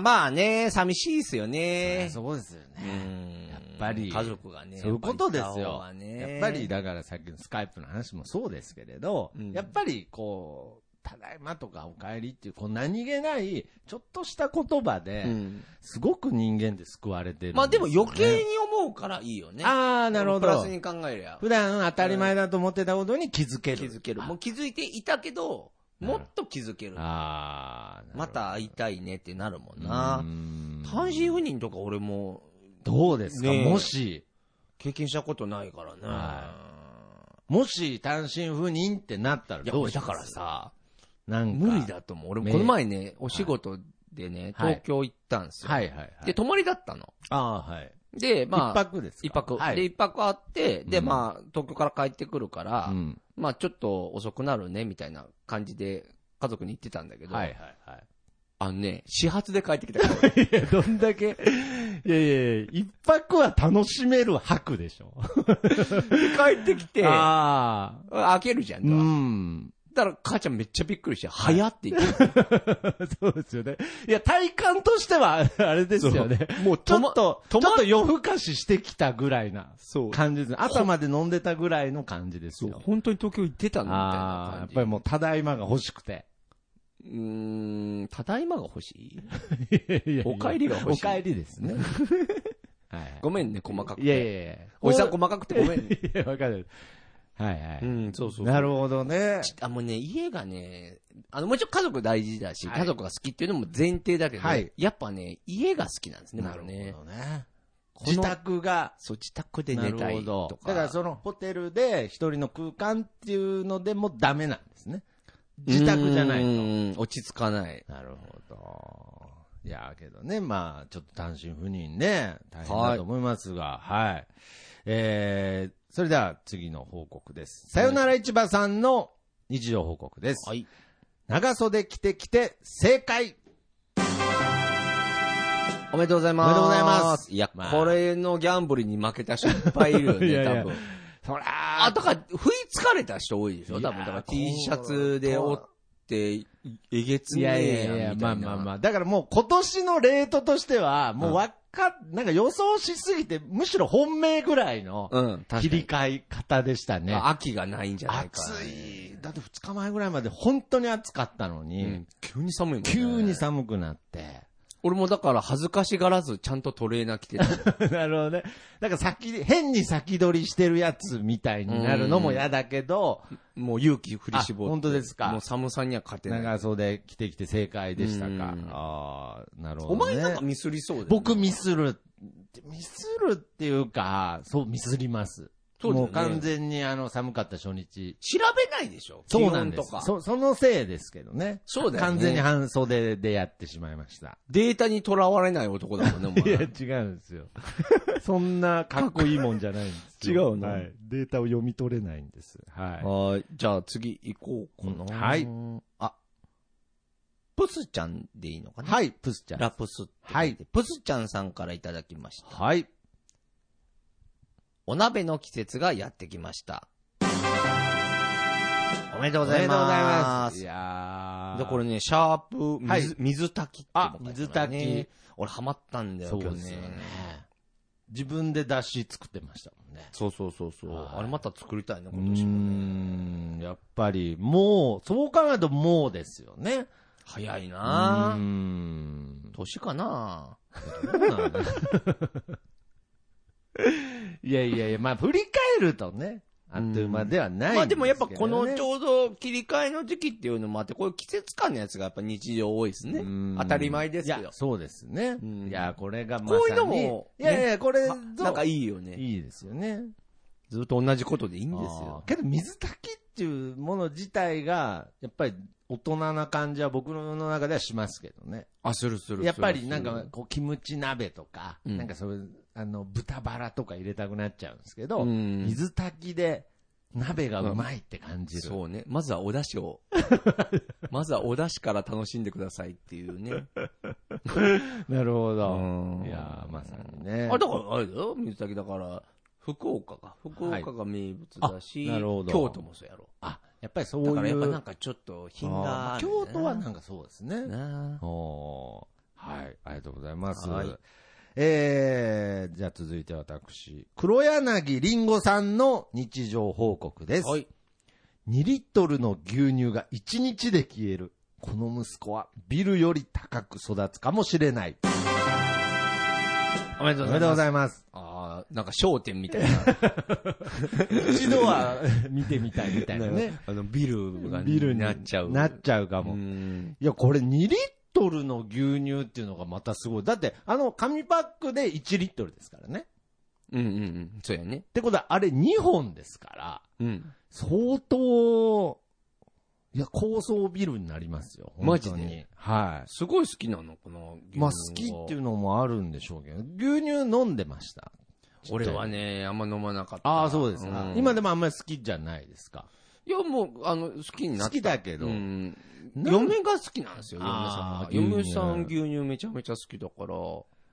Speaker 1: ー、まあね、寂しいですよね。
Speaker 2: そうですよ
Speaker 1: う
Speaker 2: ね。
Speaker 1: ん
Speaker 2: やっぱり
Speaker 1: 家族がね。
Speaker 2: そういうことです
Speaker 1: やっ
Speaker 2: よ
Speaker 1: ぱ。りい
Speaker 2: やっ
Speaker 1: た方がね
Speaker 2: ぱり、だからさっきのスカイプの話もそうですけれど、
Speaker 1: うん
Speaker 2: やっぱりこう、ただいまとかお帰りっていう、こう何気ない、ちょっとした言葉で、
Speaker 1: うん
Speaker 2: すごく人間って救われてるんすよね、
Speaker 1: まあでも余計に思うからいいよね。
Speaker 2: ああ、なるほ
Speaker 1: プラ
Speaker 2: ど
Speaker 1: ス。に考えりゃ。
Speaker 2: 普段当たり前だと思ってたことに気づける。
Speaker 1: 気づける。
Speaker 2: あ
Speaker 1: もう気づいていたけど、もっと気づける。
Speaker 2: あー
Speaker 1: ま、た会いたいねってなるもん
Speaker 2: な
Speaker 1: な
Speaker 2: るほどう。ーん
Speaker 1: 単身赴任とか俺も
Speaker 2: どうですか、
Speaker 1: ねえ
Speaker 2: もし、
Speaker 1: 経験したことないからね。
Speaker 2: はもし単身赴任ってなったら
Speaker 1: いや、
Speaker 2: どうし
Speaker 1: だ
Speaker 2: ます
Speaker 1: から、さ、
Speaker 2: なんか
Speaker 1: 無理。だと思う。俺も
Speaker 2: ね
Speaker 1: この前ね、お仕事でね、
Speaker 2: は
Speaker 1: 東
Speaker 2: い
Speaker 1: 京行ったんですよ。
Speaker 2: はいはいはい。
Speaker 1: で、泊まりだったの。
Speaker 2: ああー、はい。
Speaker 1: で、ま
Speaker 2: 一
Speaker 1: あ、
Speaker 2: 泊ですか
Speaker 1: 一泊。
Speaker 2: はい。
Speaker 1: で、一泊あって、で、
Speaker 2: うん
Speaker 1: まあ、東京から帰ってくるから、
Speaker 2: うん
Speaker 1: まあ、ちょっと遅くなるね、みたいな感じで、家族に言ってたんだけど、
Speaker 2: はいはいはい。
Speaker 1: あのね、始発で帰ってき たから俺
Speaker 2: いや、どんだけ、いやいやいや、一泊は楽しめる泊でしょ。
Speaker 1: 帰ってきて、
Speaker 2: ああ。
Speaker 1: 開けるじゃん。
Speaker 2: う
Speaker 1: ドア
Speaker 2: ん。
Speaker 1: だから母ちゃんめっちゃびっくりして、早って言って。
Speaker 2: そうですよね。いや、体感としては、あれですよね。
Speaker 1: もう
Speaker 2: ちょ
Speaker 1: 止ま
Speaker 2: っと、ちょ
Speaker 1: 止
Speaker 2: っ
Speaker 1: ま
Speaker 2: と夜更かししてきたぐらいな
Speaker 1: そう。
Speaker 2: 感じですね。朝まで飲んでたぐらいの感じです
Speaker 1: そう、
Speaker 2: よ。
Speaker 1: 本当に東京行ってたのみたい
Speaker 2: ああ、や
Speaker 1: な
Speaker 2: っぱ
Speaker 1: 感
Speaker 2: りもうただいまが欲しくて。
Speaker 1: じ。うーん、ただいまが欲しい
Speaker 2: お
Speaker 1: お帰りが欲しい
Speaker 2: お帰りです ね。はい。
Speaker 1: ごめんね、細かくて。
Speaker 2: いやいやいや。
Speaker 1: おじさん細かくてごめんね。
Speaker 2: いや、わかる。はい は
Speaker 1: う
Speaker 2: い。
Speaker 1: ん、そうそうそう。
Speaker 2: なるほどね。
Speaker 1: あ、もうね、家がね、あの、もちろん家族大事だし、
Speaker 2: はい
Speaker 1: 家族が好きっていうのも前提だけど、
Speaker 2: はい
Speaker 1: やっぱね、家が好きなんですね、僕ね。
Speaker 2: ね。
Speaker 1: この
Speaker 2: 自宅が
Speaker 1: そう、自宅で寝たいとか。
Speaker 2: だからそのホテルで一人の空間っていうのでもダメなんですね。自宅じゃないと。
Speaker 1: と。落ち着かない。
Speaker 2: なるほど。いや、けどね、まあ、ちょっと単身赴任ね、大変だと思いますが、はい。えー、それでは次の報告です。さよなら市場さんの日常報告です。
Speaker 1: はい。
Speaker 2: 長袖着てきて、正解
Speaker 1: おめでとうございます。
Speaker 2: おめでとうございます
Speaker 1: いや、
Speaker 2: まあ
Speaker 1: これのギャンブルに負けた人いっぱいいるよ
Speaker 2: いや
Speaker 1: ね、
Speaker 2: いや
Speaker 1: 多分。
Speaker 2: そら
Speaker 1: あ、だから、不意つかれた人多いでしょ、
Speaker 2: い
Speaker 1: 多
Speaker 2: やー
Speaker 1: 分。だから
Speaker 2: こう
Speaker 1: T シャツで折って、いえげつ
Speaker 2: い
Speaker 1: ね
Speaker 2: やい
Speaker 1: え
Speaker 2: やい
Speaker 1: や
Speaker 2: や、
Speaker 1: んみた
Speaker 2: まあ
Speaker 1: いな。
Speaker 2: まあまあ。だからもう今年のレートとしては、もうわかっ、なんか予想しすぎて、むしろ本命ぐらいの
Speaker 1: うん、確
Speaker 2: 切
Speaker 1: か
Speaker 2: り
Speaker 1: に。
Speaker 2: 替え方でしたね。
Speaker 1: 秋がないんじゃないか。
Speaker 2: 暑い。だって2日前ぐらいまで本当に暑かったのに、
Speaker 1: うん急に寒いもんね。
Speaker 2: 急に寒く なって。
Speaker 1: 俺もだから恥ずかしがらずちゃんとトレーナー着てた。
Speaker 2: なるほどね。なんか先、変に先取りしてるやつみたいになるのも嫌だけど、
Speaker 1: もう勇気振り絞って。
Speaker 2: あ本当ですか
Speaker 1: もう寒さには勝てない。
Speaker 2: 長袖着てきて正解でした
Speaker 1: うん
Speaker 2: か。ああ、なるほ
Speaker 1: お
Speaker 2: ど、ね。
Speaker 1: 前なんかミスりそうだよね
Speaker 2: 僕ミスる。ミスるっていうか、そう、ミスります。
Speaker 1: そうだよ
Speaker 2: も
Speaker 1: ね
Speaker 2: う完全にあの、寒かった初日。
Speaker 1: 調べないでしょ
Speaker 2: そうなんで
Speaker 1: 気
Speaker 2: す
Speaker 1: 温とか。
Speaker 2: そ、そのせいですけどね。
Speaker 1: そうだよね
Speaker 2: 完全に半袖でやってしまいました。
Speaker 1: データにとらわれ ない男だもんね、お
Speaker 2: いや、
Speaker 1: 前。
Speaker 2: 違うんですよ。 そんなかっこいいもんじゃないんですよ。
Speaker 1: 違うの
Speaker 2: はい。データを読み取れないんです。は
Speaker 1: はい。じゃあ次行こうかな。
Speaker 2: はい。
Speaker 1: あ、プスちゃんでいいのか
Speaker 2: い。
Speaker 1: な
Speaker 2: はい、プスちゃん。
Speaker 1: ラプスって書て。
Speaker 2: はい
Speaker 1: プスちゃんさんからいただきました。
Speaker 2: はい。
Speaker 1: お鍋の季節がやってきました。おめでとう
Speaker 2: お
Speaker 1: ございま
Speaker 2: めでとうございますい
Speaker 1: す。
Speaker 2: やー
Speaker 1: で、これね、シャープ、水、
Speaker 2: はい
Speaker 1: 水炊きってのが書いてあるね
Speaker 2: あ水炊き。
Speaker 1: 俺ハマったんだよ
Speaker 2: そ、う
Speaker 1: 今
Speaker 2: で
Speaker 1: 日
Speaker 2: す
Speaker 1: ね
Speaker 2: よね。。自分で出汁作ってましたもんね。
Speaker 1: そうそうそうそう。
Speaker 2: はい
Speaker 1: あれまた作りたいね、
Speaker 2: う
Speaker 1: 今年もね。
Speaker 2: ーん、やっぱり、もう、そう考えるともうですよね。
Speaker 1: 早いうな
Speaker 2: ー
Speaker 1: ぁ。
Speaker 2: ん。
Speaker 1: 年かなぁ。
Speaker 2: いやいやいや、まあ、振り返るとね、あっという間ではないんすけどね、
Speaker 1: まあでもやっぱこのちょうど切り替えの時期っていうのもあって、こういう季節感のやつがやっぱ日常多いですね
Speaker 2: う。ん
Speaker 1: 当たり前ですけ
Speaker 2: い
Speaker 1: ど
Speaker 2: や。そうですね
Speaker 1: う。ん
Speaker 2: いや、これがまさに。
Speaker 1: こういうのも
Speaker 2: いやいや、これ
Speaker 1: ま
Speaker 2: ぞ、
Speaker 1: なんかいいよね。
Speaker 2: いいですよね。
Speaker 1: ずっと同じことでいいん
Speaker 2: いい
Speaker 1: で
Speaker 2: ですす
Speaker 1: よ
Speaker 2: よ。。けど、水炊きっていうもの自体が、やっぱり大人な感じは僕の中ではしますけどね。
Speaker 1: あ、するするする
Speaker 2: やっぱりなんか、こう、キムチ鍋とか、
Speaker 1: うん
Speaker 2: なんかそういう、あの、豚バラとか入れたくなっちゃうんですけど、
Speaker 1: うん
Speaker 2: 水炊きで鍋がうまいって感じる。
Speaker 1: そうね。まずはお出汁 を。まずはお出汁から楽しんでくださいっていう ね。
Speaker 2: なるほど
Speaker 1: うん
Speaker 2: いやーまさにね。
Speaker 1: あ、だから、あれだよ、水炊きだから、福岡か。福岡が名物だし、
Speaker 2: あなるほど
Speaker 1: 京都もそうやろ。
Speaker 2: あやっぱりそう
Speaker 1: だから
Speaker 2: い
Speaker 1: やっぱ
Speaker 2: う。
Speaker 1: なんかちょっと品
Speaker 2: あ
Speaker 1: が
Speaker 2: ー
Speaker 1: あるね、
Speaker 2: 京都はなんかそうですね。
Speaker 1: なあ
Speaker 2: おーはい、ありがとうございます。
Speaker 1: はい
Speaker 2: えー、じゃあ続いて私、黒柳りんごさんの日常報告です。
Speaker 1: はい。
Speaker 2: 2リットルの牛乳が1日で消える。この息子はビルより高く育つかもしれない。
Speaker 1: おめで
Speaker 2: お
Speaker 1: とうござい
Speaker 2: めでとう
Speaker 1: ま
Speaker 2: ご
Speaker 1: す。
Speaker 2: ざいます。
Speaker 1: ああ、なんか商店み たいな。
Speaker 2: 一度は見てみたいみたいなね。
Speaker 1: あの、ビルが、
Speaker 2: ビルに
Speaker 1: なっちゃう。
Speaker 2: なっちゃうか
Speaker 1: う
Speaker 2: も。
Speaker 1: ん。
Speaker 2: いや、これ2リットルの牛乳っていうのがまたすごい。だって、あの、紙パックで1リットルですからね。
Speaker 1: うんうんうん。そうやね
Speaker 2: っ。てことは、あれ2本ですから、
Speaker 1: うん。
Speaker 2: 相当、いや、高層ビルになりますよ。
Speaker 1: マジで
Speaker 2: 本当には
Speaker 1: すごい好きなの、この牛乳
Speaker 2: い。まあ、好きっていうのもあるんでしょうけど、牛乳飲んでました。
Speaker 1: 俺はね、あんま飲まなかった。
Speaker 2: ああ、そうですか、
Speaker 1: ん
Speaker 2: 今でもあんまり好きじゃないですか。
Speaker 1: いや、もう、あの、好きになった。
Speaker 2: 好きだけど
Speaker 1: うん
Speaker 2: な
Speaker 1: 嫁が好きなんですよ、嫁さん
Speaker 2: あ
Speaker 1: が。
Speaker 2: ー
Speaker 1: 嫁
Speaker 2: 牛乳
Speaker 1: さん牛乳めちゃめちゃ好きだから。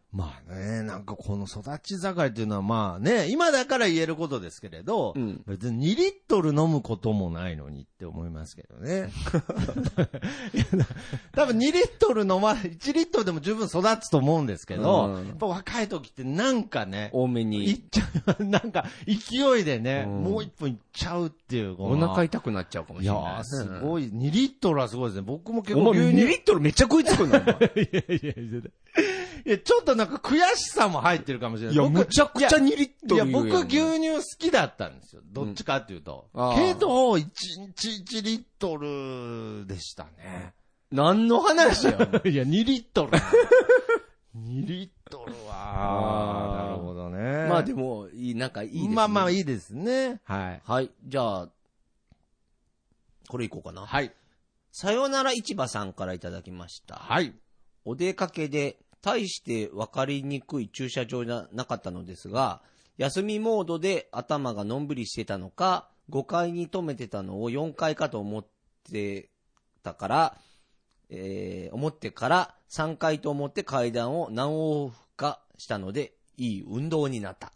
Speaker 2: まあね、なんかこの育ち盛りっていうのはまあね、今だから言えることですけれど、
Speaker 1: うん
Speaker 2: 別に2リットル飲むこともないのにって思いますけど ね。いやな多分2リットル飲ま、1リットルでも十分育つと思うんですけど、
Speaker 1: うん
Speaker 2: やっぱ若い時ってなんかね、
Speaker 1: 多め
Speaker 2: いっ
Speaker 1: に。
Speaker 2: ちゃう、 なんか勢いでね、
Speaker 1: うん
Speaker 2: もう一本いっちゃうっていう。
Speaker 1: お腹痛くなっちゃうかも
Speaker 2: い
Speaker 1: しれ
Speaker 2: や
Speaker 1: ない
Speaker 2: ー、
Speaker 1: です
Speaker 2: す
Speaker 1: ね。
Speaker 2: ごい。2リットルはすごいですね。僕も結
Speaker 1: お
Speaker 2: 構
Speaker 1: 前
Speaker 2: 牛乳
Speaker 1: 2リットルめっちゃ食いつくの
Speaker 2: いやいやいや。いや、ちょっとなんか悔しさも入ってるかもしれない。
Speaker 1: いや、
Speaker 2: 僕
Speaker 1: むちゃくちゃ2
Speaker 2: い
Speaker 1: リットル
Speaker 2: や、いや
Speaker 1: 言う
Speaker 2: 僕
Speaker 1: やん
Speaker 2: 牛乳好きだったんですよ。どっちかっていうと。
Speaker 1: うんあー
Speaker 2: けど、1日1リットルでしたね。
Speaker 1: 何 の話や。
Speaker 2: いや、2リッ トル。2リットル
Speaker 1: あー
Speaker 2: は。
Speaker 1: なるほ
Speaker 2: どね。
Speaker 1: まあでも、いい、なんかいいですね。
Speaker 2: まあまあ
Speaker 1: い。
Speaker 2: いいですね。はい。
Speaker 1: はい。じゃあ、これいこうかな。
Speaker 2: はい。
Speaker 1: さよなら市場さんからいただきました。
Speaker 2: はい。
Speaker 1: お出かけで、大して分かりにくい駐車場じゃなかったのですが、休みモードで頭がのんびりしてたのか、5階に止めてたのを4階かと思ってたから、えー思ってから3階と思って階段を何往復かしたので、いい運動になった。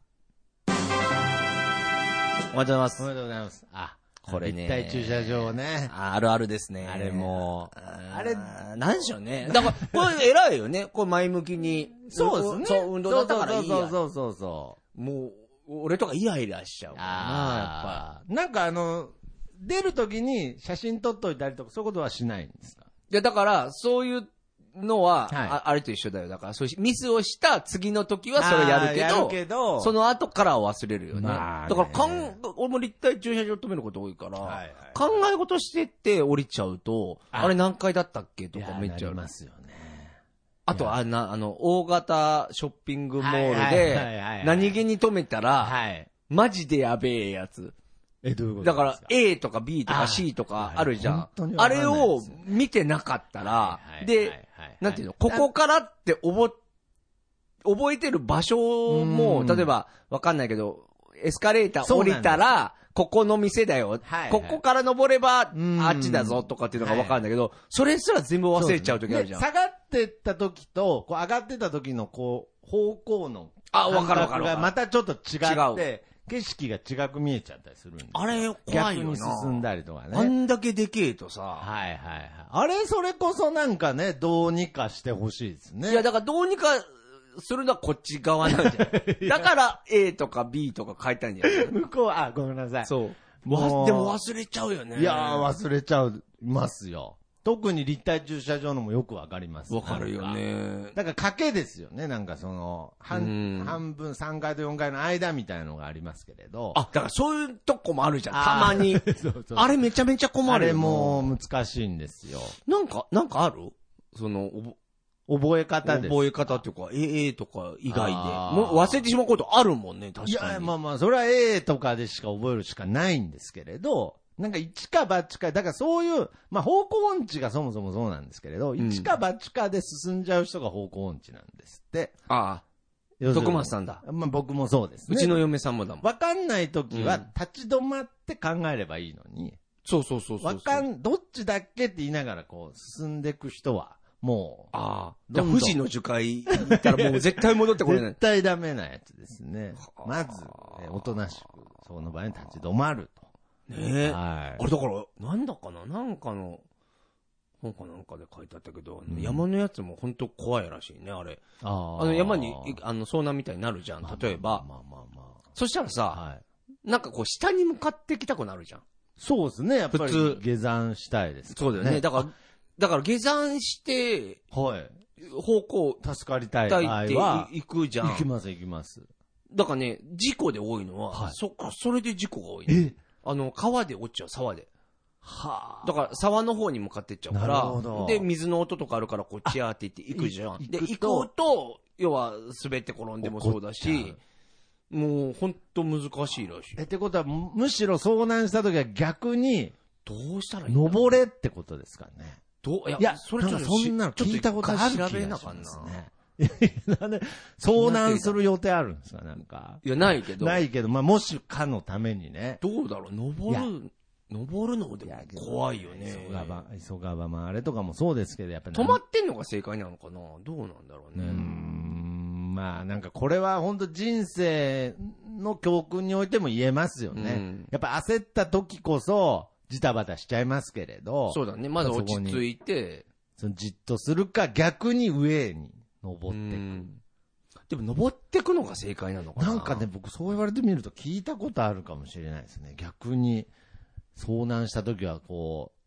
Speaker 1: おはようございま
Speaker 2: お
Speaker 1: す
Speaker 2: め。でとうございます。あ、
Speaker 1: これね
Speaker 2: 立体駐車場ね。
Speaker 1: ああるあるですね。
Speaker 2: あれもう
Speaker 1: あ
Speaker 2: あ
Speaker 1: れ
Speaker 2: れ、
Speaker 1: なんでしょうね。だから、これ偉いよね。これ前向きに。
Speaker 2: そうですね。
Speaker 1: そう、運動だったからいい
Speaker 2: そう
Speaker 1: や。
Speaker 2: そうそうそう。
Speaker 1: もう、俺とかイライラしちゃうからな、やっぱ。
Speaker 2: あーなんかあの、出るときに写真撮っといたりとか、そういうことはしないんですか
Speaker 1: いや、だから、そういうのは、
Speaker 2: はい
Speaker 1: ああれと一緒だよ。だから、そういうミスをした次の時はそれをやるけ
Speaker 2: あー
Speaker 1: ど、
Speaker 2: ど
Speaker 1: その後からは忘れるよね。
Speaker 2: まあね
Speaker 1: だからかん、俺も立体駐車場止めること多いから、
Speaker 2: はいはい
Speaker 1: 考え事してって降りちゃうと、あ
Speaker 2: あ
Speaker 1: れ何階だったっけと
Speaker 2: いや
Speaker 1: か
Speaker 2: ー
Speaker 1: めっちゃ
Speaker 2: な
Speaker 1: あ
Speaker 2: り
Speaker 1: る。
Speaker 2: ますよね。
Speaker 1: あと、あんな、あの、大型ショッピングモール
Speaker 2: はいはいはいは
Speaker 1: で、
Speaker 2: い
Speaker 1: 何気に止めたら、
Speaker 2: はい。
Speaker 1: マジでやべえやつ。
Speaker 2: え、どういうこ
Speaker 1: だから
Speaker 2: え、
Speaker 1: A とか B と
Speaker 2: あ
Speaker 1: か
Speaker 2: ー
Speaker 1: C とかあるじゃん
Speaker 2: 本当。に
Speaker 1: あ
Speaker 2: わかんない
Speaker 1: れ
Speaker 2: です
Speaker 1: を見てなかったら
Speaker 2: はいはいはいは、い
Speaker 1: で、なんていうの、ここからって覚、覚えてる場所も、
Speaker 2: うん
Speaker 1: 例えば、わかんないけど、エスカレーター
Speaker 2: そう
Speaker 1: 降
Speaker 2: なんで
Speaker 1: り
Speaker 2: す
Speaker 1: たら、ここの店だよ
Speaker 2: はいは。い
Speaker 1: ここから登れば、
Speaker 2: うん
Speaker 1: あっちだぞとかっていうのがわかるんだけど、それすら全部忘れちゃう時あるじゃん
Speaker 2: で。下がってった時と、こう上がってた時のこう、方向の。
Speaker 1: あわかるわかるわかる
Speaker 2: 感覚がまたちょっと違
Speaker 1: 違
Speaker 2: っ
Speaker 1: う
Speaker 2: て、景色が違く見えちゃったりするんですよ
Speaker 1: あれ怖いよな
Speaker 2: 逆に進んだりとかね。
Speaker 1: あんだけでけえとさ、
Speaker 2: はいはいはい。あれ、それこそなんかね、どうにかしてほしいですね。
Speaker 1: いや、だからどうにかするのはこっち側なんじ ゃないだから A とか B とか変えたいんじゃない
Speaker 2: 向こう、あ、ごめんなさい。
Speaker 1: そう。
Speaker 2: も
Speaker 1: わ
Speaker 2: う
Speaker 1: でも忘れちゃうよね。
Speaker 2: いやー、忘れちゃいますよ。特に立体駐車場のもよくわかります。
Speaker 1: わかるよね。
Speaker 2: なんか。だから賭けですよね。なんかその、
Speaker 1: うん
Speaker 2: 半半分、3階と4階の間みたいなのがありますけれど。
Speaker 1: あ、だからそういうとこもあるじゃん。
Speaker 2: あー
Speaker 1: たまに。
Speaker 2: そうそう
Speaker 1: あれめちゃめちゃ困
Speaker 2: あ
Speaker 1: るよ
Speaker 2: れ。も難しいんですよ。
Speaker 1: なんか、なんかあるその、おぼ
Speaker 2: 覚え方です。
Speaker 1: 覚え方っていうか、A、A とか以外で。
Speaker 2: あー
Speaker 1: もう忘れてしまうことあるもんね、確かに。
Speaker 2: いや、まあまあ、それは A とかでしか覚えるしかないんですけれど、なんか一か八か、だからそういう、まあ方向音痴がそもそもそうなんですけれど、
Speaker 1: ん
Speaker 2: 一か八かで進んじゃう人が方向音痴なんですって。
Speaker 1: ああ、徳松さんだ。
Speaker 2: ん。まあ僕もそうです
Speaker 1: う
Speaker 2: ね。
Speaker 1: ちの嫁さんもだもん。
Speaker 2: わかんない時
Speaker 1: う
Speaker 2: は
Speaker 1: ん
Speaker 2: 立ち止まって考えればいいのに、
Speaker 1: そうそうそうそうそう。
Speaker 2: わかん、どっちだっけって言いながらこう進んでいく人は、もう、
Speaker 1: ああ。じゃ
Speaker 2: ど
Speaker 1: あ、
Speaker 2: んどん
Speaker 1: 富士の樹海行ったらもう絶対戻ってこ れない
Speaker 2: 絶。対ダメなやつですね
Speaker 1: は。あ
Speaker 2: まず、えおとなしく、その場に立ち止まると。
Speaker 1: ねえ。
Speaker 2: は
Speaker 1: あれだから、なんだかななんかの、本かなんかで書いてあったけど、あの山のやつも本当怖いらしいね、あれ。
Speaker 2: い。あ
Speaker 1: あの山に
Speaker 2: ー、
Speaker 1: あの、遭難みたいになるじゃん、例えば。
Speaker 2: まあまあまあま
Speaker 1: そしたら
Speaker 2: あ
Speaker 1: さ、
Speaker 2: はい。
Speaker 1: なんかこう、下に向かってきたくなるじゃん。
Speaker 2: そうですね、やっぱり。
Speaker 1: 普通
Speaker 2: 下山したいです。
Speaker 1: そうだよね。だから、だから下山して、
Speaker 2: はい。
Speaker 1: 方向、
Speaker 2: 助かりたい場
Speaker 1: 叩
Speaker 2: 合
Speaker 1: いて
Speaker 2: は、
Speaker 1: いくじゃ
Speaker 2: 行き
Speaker 1: ん。
Speaker 2: ます行きます。
Speaker 1: だからね、事故で多いのは、
Speaker 2: はい
Speaker 1: そ、それで事故が多い、ね。
Speaker 2: え
Speaker 1: あの、川で落ちちゃう、沢で。
Speaker 2: は
Speaker 1: だから沢の方に向かってっちゃうか
Speaker 2: なるほど
Speaker 1: ら、で、水の音とかあるから、こう、チアーって行って行くじゃ
Speaker 2: あ
Speaker 1: ん。
Speaker 2: い
Speaker 1: で、
Speaker 2: 行
Speaker 1: 行
Speaker 2: くと
Speaker 1: くと、要は、滑って転んでもそうだ
Speaker 2: 怒っち
Speaker 1: し、もう、ほんと難しいらしい
Speaker 2: え、。ってことは、むむしろ遭難した時は逆に、
Speaker 1: どうしたらいいの
Speaker 2: 登れってことですかね。
Speaker 1: どうい
Speaker 2: いや、
Speaker 1: それちょっと
Speaker 2: なん
Speaker 1: し、
Speaker 2: かそんなの聞いたことある気
Speaker 1: ちょ
Speaker 2: が
Speaker 1: っ一回調べなあ
Speaker 2: し
Speaker 1: かん
Speaker 2: ま
Speaker 1: な
Speaker 2: す。ね。なんで、遭難する予定あるんですかなんか。
Speaker 1: いや、ないけど、
Speaker 2: ないけど、まあ、もしかのためにね。
Speaker 1: どうだろう、登る、登るのでも怖いよね。
Speaker 2: 急がば、急がば回れとかもそうですけど、やっぱり
Speaker 1: 止まってんのが正解なのかなどうなんだろう
Speaker 2: うー
Speaker 1: ね。
Speaker 2: んまあなんかこれは本当人生の教訓においても言えますよね。
Speaker 1: うん
Speaker 2: やっぱ焦った時こそジタバタしちゃいますけれど、
Speaker 1: そうだね。まず落ち着いて、
Speaker 2: そのじっとするか逆に上に登
Speaker 1: う
Speaker 2: ってく
Speaker 1: んでも登ってくのが正解なのか
Speaker 2: る。
Speaker 1: な
Speaker 2: なんかね、僕そう言われてみると聞いたことあるかもしれないですね。逆に遭難した時はこう、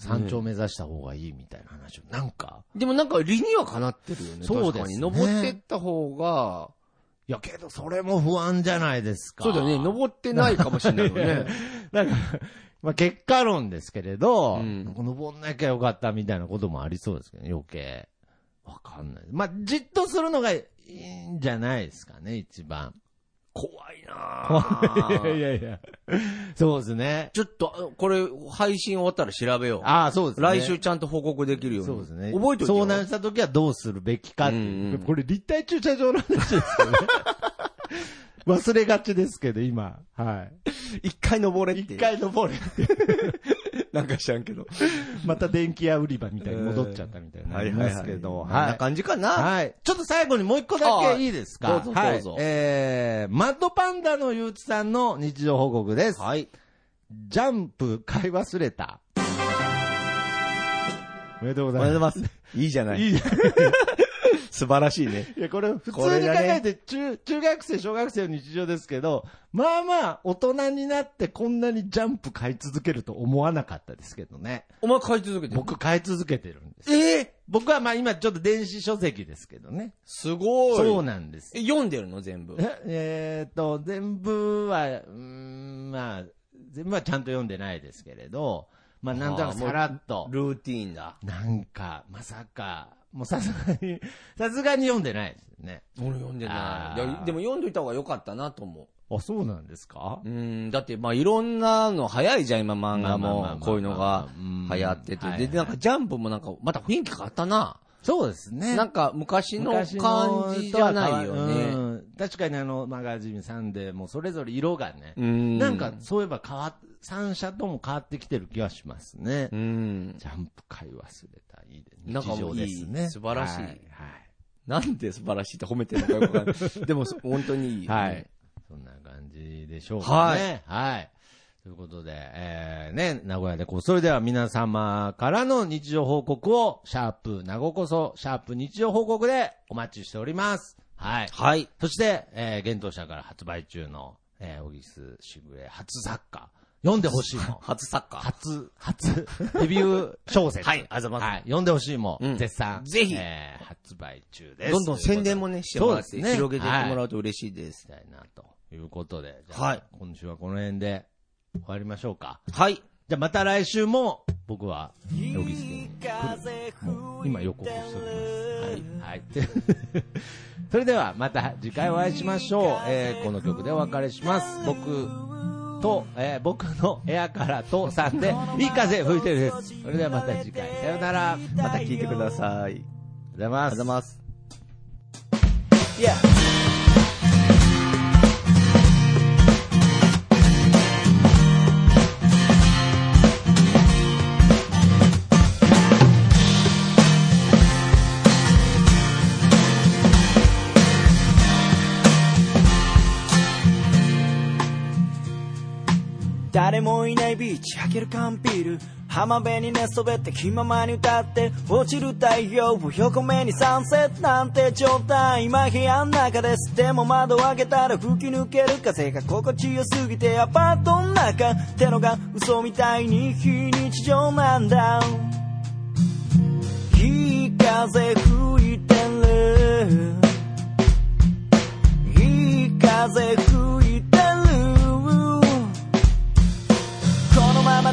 Speaker 2: 山頂目指した方がいいみたいな話を、なんか、
Speaker 1: でもなんか理にはかなってるよね。
Speaker 2: そ
Speaker 1: 確
Speaker 2: うで
Speaker 1: か
Speaker 2: すね
Speaker 1: に。登ってった方が、
Speaker 2: いやけどそれも不安じゃないですか。
Speaker 1: そうだよね。登ってないかもしれないよね。
Speaker 2: なんか、 まあ結果論ですけれど、
Speaker 1: うん
Speaker 2: なんか登んなきゃよかったみたいなこともありそうですけどね、余計。わかんない。まあ、じっとするのがいいんじゃないですかね、一番。
Speaker 1: 怖い なぁ
Speaker 2: やいや。そうですね。
Speaker 1: ちょっと、これ、配信終わったら調べよう。
Speaker 2: ああ、そうですね。
Speaker 1: 来週ちゃんと報告できるように。
Speaker 2: そうですね。
Speaker 1: 覚えておいて
Speaker 2: 遭
Speaker 1: よ
Speaker 2: 難した時はどうするべきかっていう
Speaker 1: うんうん
Speaker 2: これ立体駐車場の話ですよね。 忘れがちですけど、今。は い。
Speaker 1: 一回登れって。
Speaker 2: 一回登れ。
Speaker 1: なんかしちゃんけど。
Speaker 2: また電気屋売り場みたいに戻っちゃったみたいな。ありますけど。
Speaker 1: こんな感じかな。
Speaker 2: はい。ちょっと最後にもう一個だけいいですか
Speaker 1: あどうぞどうぞ
Speaker 2: はい、えー、マッドパンダのゆうちさんの日常報告です。
Speaker 1: はい。
Speaker 2: ジャンプ買い忘れた。おめでとうご
Speaker 1: お
Speaker 2: ざ
Speaker 1: めで
Speaker 2: い
Speaker 1: とう
Speaker 2: ま
Speaker 1: ございます。いいじゃ
Speaker 2: す。
Speaker 1: ないい。
Speaker 2: いね
Speaker 1: 素晴らしいね。
Speaker 2: いや、これ普
Speaker 1: こ
Speaker 2: 通
Speaker 1: れ
Speaker 2: に
Speaker 1: が
Speaker 2: 考
Speaker 1: ね
Speaker 2: えて、中、中学生、小学生の日常ですけど、まあまあ、大人になってこんなにジャンプ買い続けると思わなかったですけどね。
Speaker 1: お前買い続けてる。
Speaker 2: 僕買い続けてるんです。
Speaker 1: えー
Speaker 2: 僕はまあ今ちょっと電子書籍ですけどね。
Speaker 1: すごい。
Speaker 2: そうなんです。
Speaker 1: え読んでるの全部。
Speaker 2: ええーと、全部は、うーん、まあ、全部はちゃんと読んでないですけれど、まあ、なんとなくさらっと、
Speaker 1: ルーティーンだ。
Speaker 2: なんか、まさか、もうさすがに、 さすがに読んでないですよね。
Speaker 1: 俺読んでな
Speaker 2: あ
Speaker 1: いい
Speaker 2: ー
Speaker 1: や。でも読んどいた方が良かったなと思
Speaker 2: あ、そうなんですか
Speaker 1: う。うん、だってまあいろんなの早いじゃん、今漫画
Speaker 2: まあまあまあまあ
Speaker 1: も。こういうのが流行って
Speaker 2: うんはいは
Speaker 1: て。
Speaker 2: い
Speaker 1: で、なんかジャンプもなんか、また雰囲気変わったな。
Speaker 2: そうですね。
Speaker 1: なんか昔の
Speaker 2: 昔の
Speaker 1: 感じじゃないよ
Speaker 2: う
Speaker 1: ね。
Speaker 2: ん確かにあの、マガジンさんでもそれぞれ色がね、
Speaker 1: うん。
Speaker 2: なんか、そういえば変わっ、三社とも変わってきてる気がしますね。
Speaker 1: うん。
Speaker 2: ジャンプ会忘れた。いいです
Speaker 1: なんか
Speaker 2: 日常です
Speaker 1: い
Speaker 2: ね。
Speaker 1: い素晴らしい
Speaker 2: はい。はい
Speaker 1: なんで素晴らしいって褒めてるのかよくわかんない。 でもそ本当にいい。
Speaker 2: はい。そんな感じでしょうかね。はい。ということで、えー、ね、名古屋でこう、それでは皆様からの日常報告を、シャープ、名古こそ、シャープ日常報告でお待ちしております。はい。
Speaker 1: はい。
Speaker 2: そして、えー、幻冬舎から発売中の、えー、オギスしぐれ初作家、読んでほしいもん。
Speaker 1: 初作家。
Speaker 2: 初、初、デビュー小説。
Speaker 1: はいありがとうございます
Speaker 2: はい、読んでほしいも、
Speaker 1: うん
Speaker 2: ん、絶賛。
Speaker 1: ぜひ
Speaker 2: えー発売中です。
Speaker 1: どんどん宣伝もね、してもらっ
Speaker 2: そ
Speaker 1: て、
Speaker 2: うですね
Speaker 1: 広げていってもらうと嬉しいです
Speaker 2: し。たいな、ということで。じゃあ
Speaker 1: はい。
Speaker 2: 今週はこの辺で終わりましょうか。
Speaker 1: はい。
Speaker 2: じゃあまた来週も、僕は、ヨギスケに来る。もう今予告しております。はい。はい。 それではまた次回お会いしましょう。えーこの曲でお別れします。僕と、えー僕の部屋からとさんで、いい風吹いてるです。それではまた次回、さようなら。ありがと
Speaker 1: また聞いてください。
Speaker 2: うございます。
Speaker 1: ます。
Speaker 4: 「誰もいないビーチ開ける缶ビール浜辺に寝そべって気ままに歌って落ちる太陽を横目にサンセットなんて状態今部屋の中ですでも窓を開けたら吹き抜ける風が心地よすぎてアパートの中ってのが嘘みたいに非日常なんだいい風吹いてるいい風吹いてるこのまま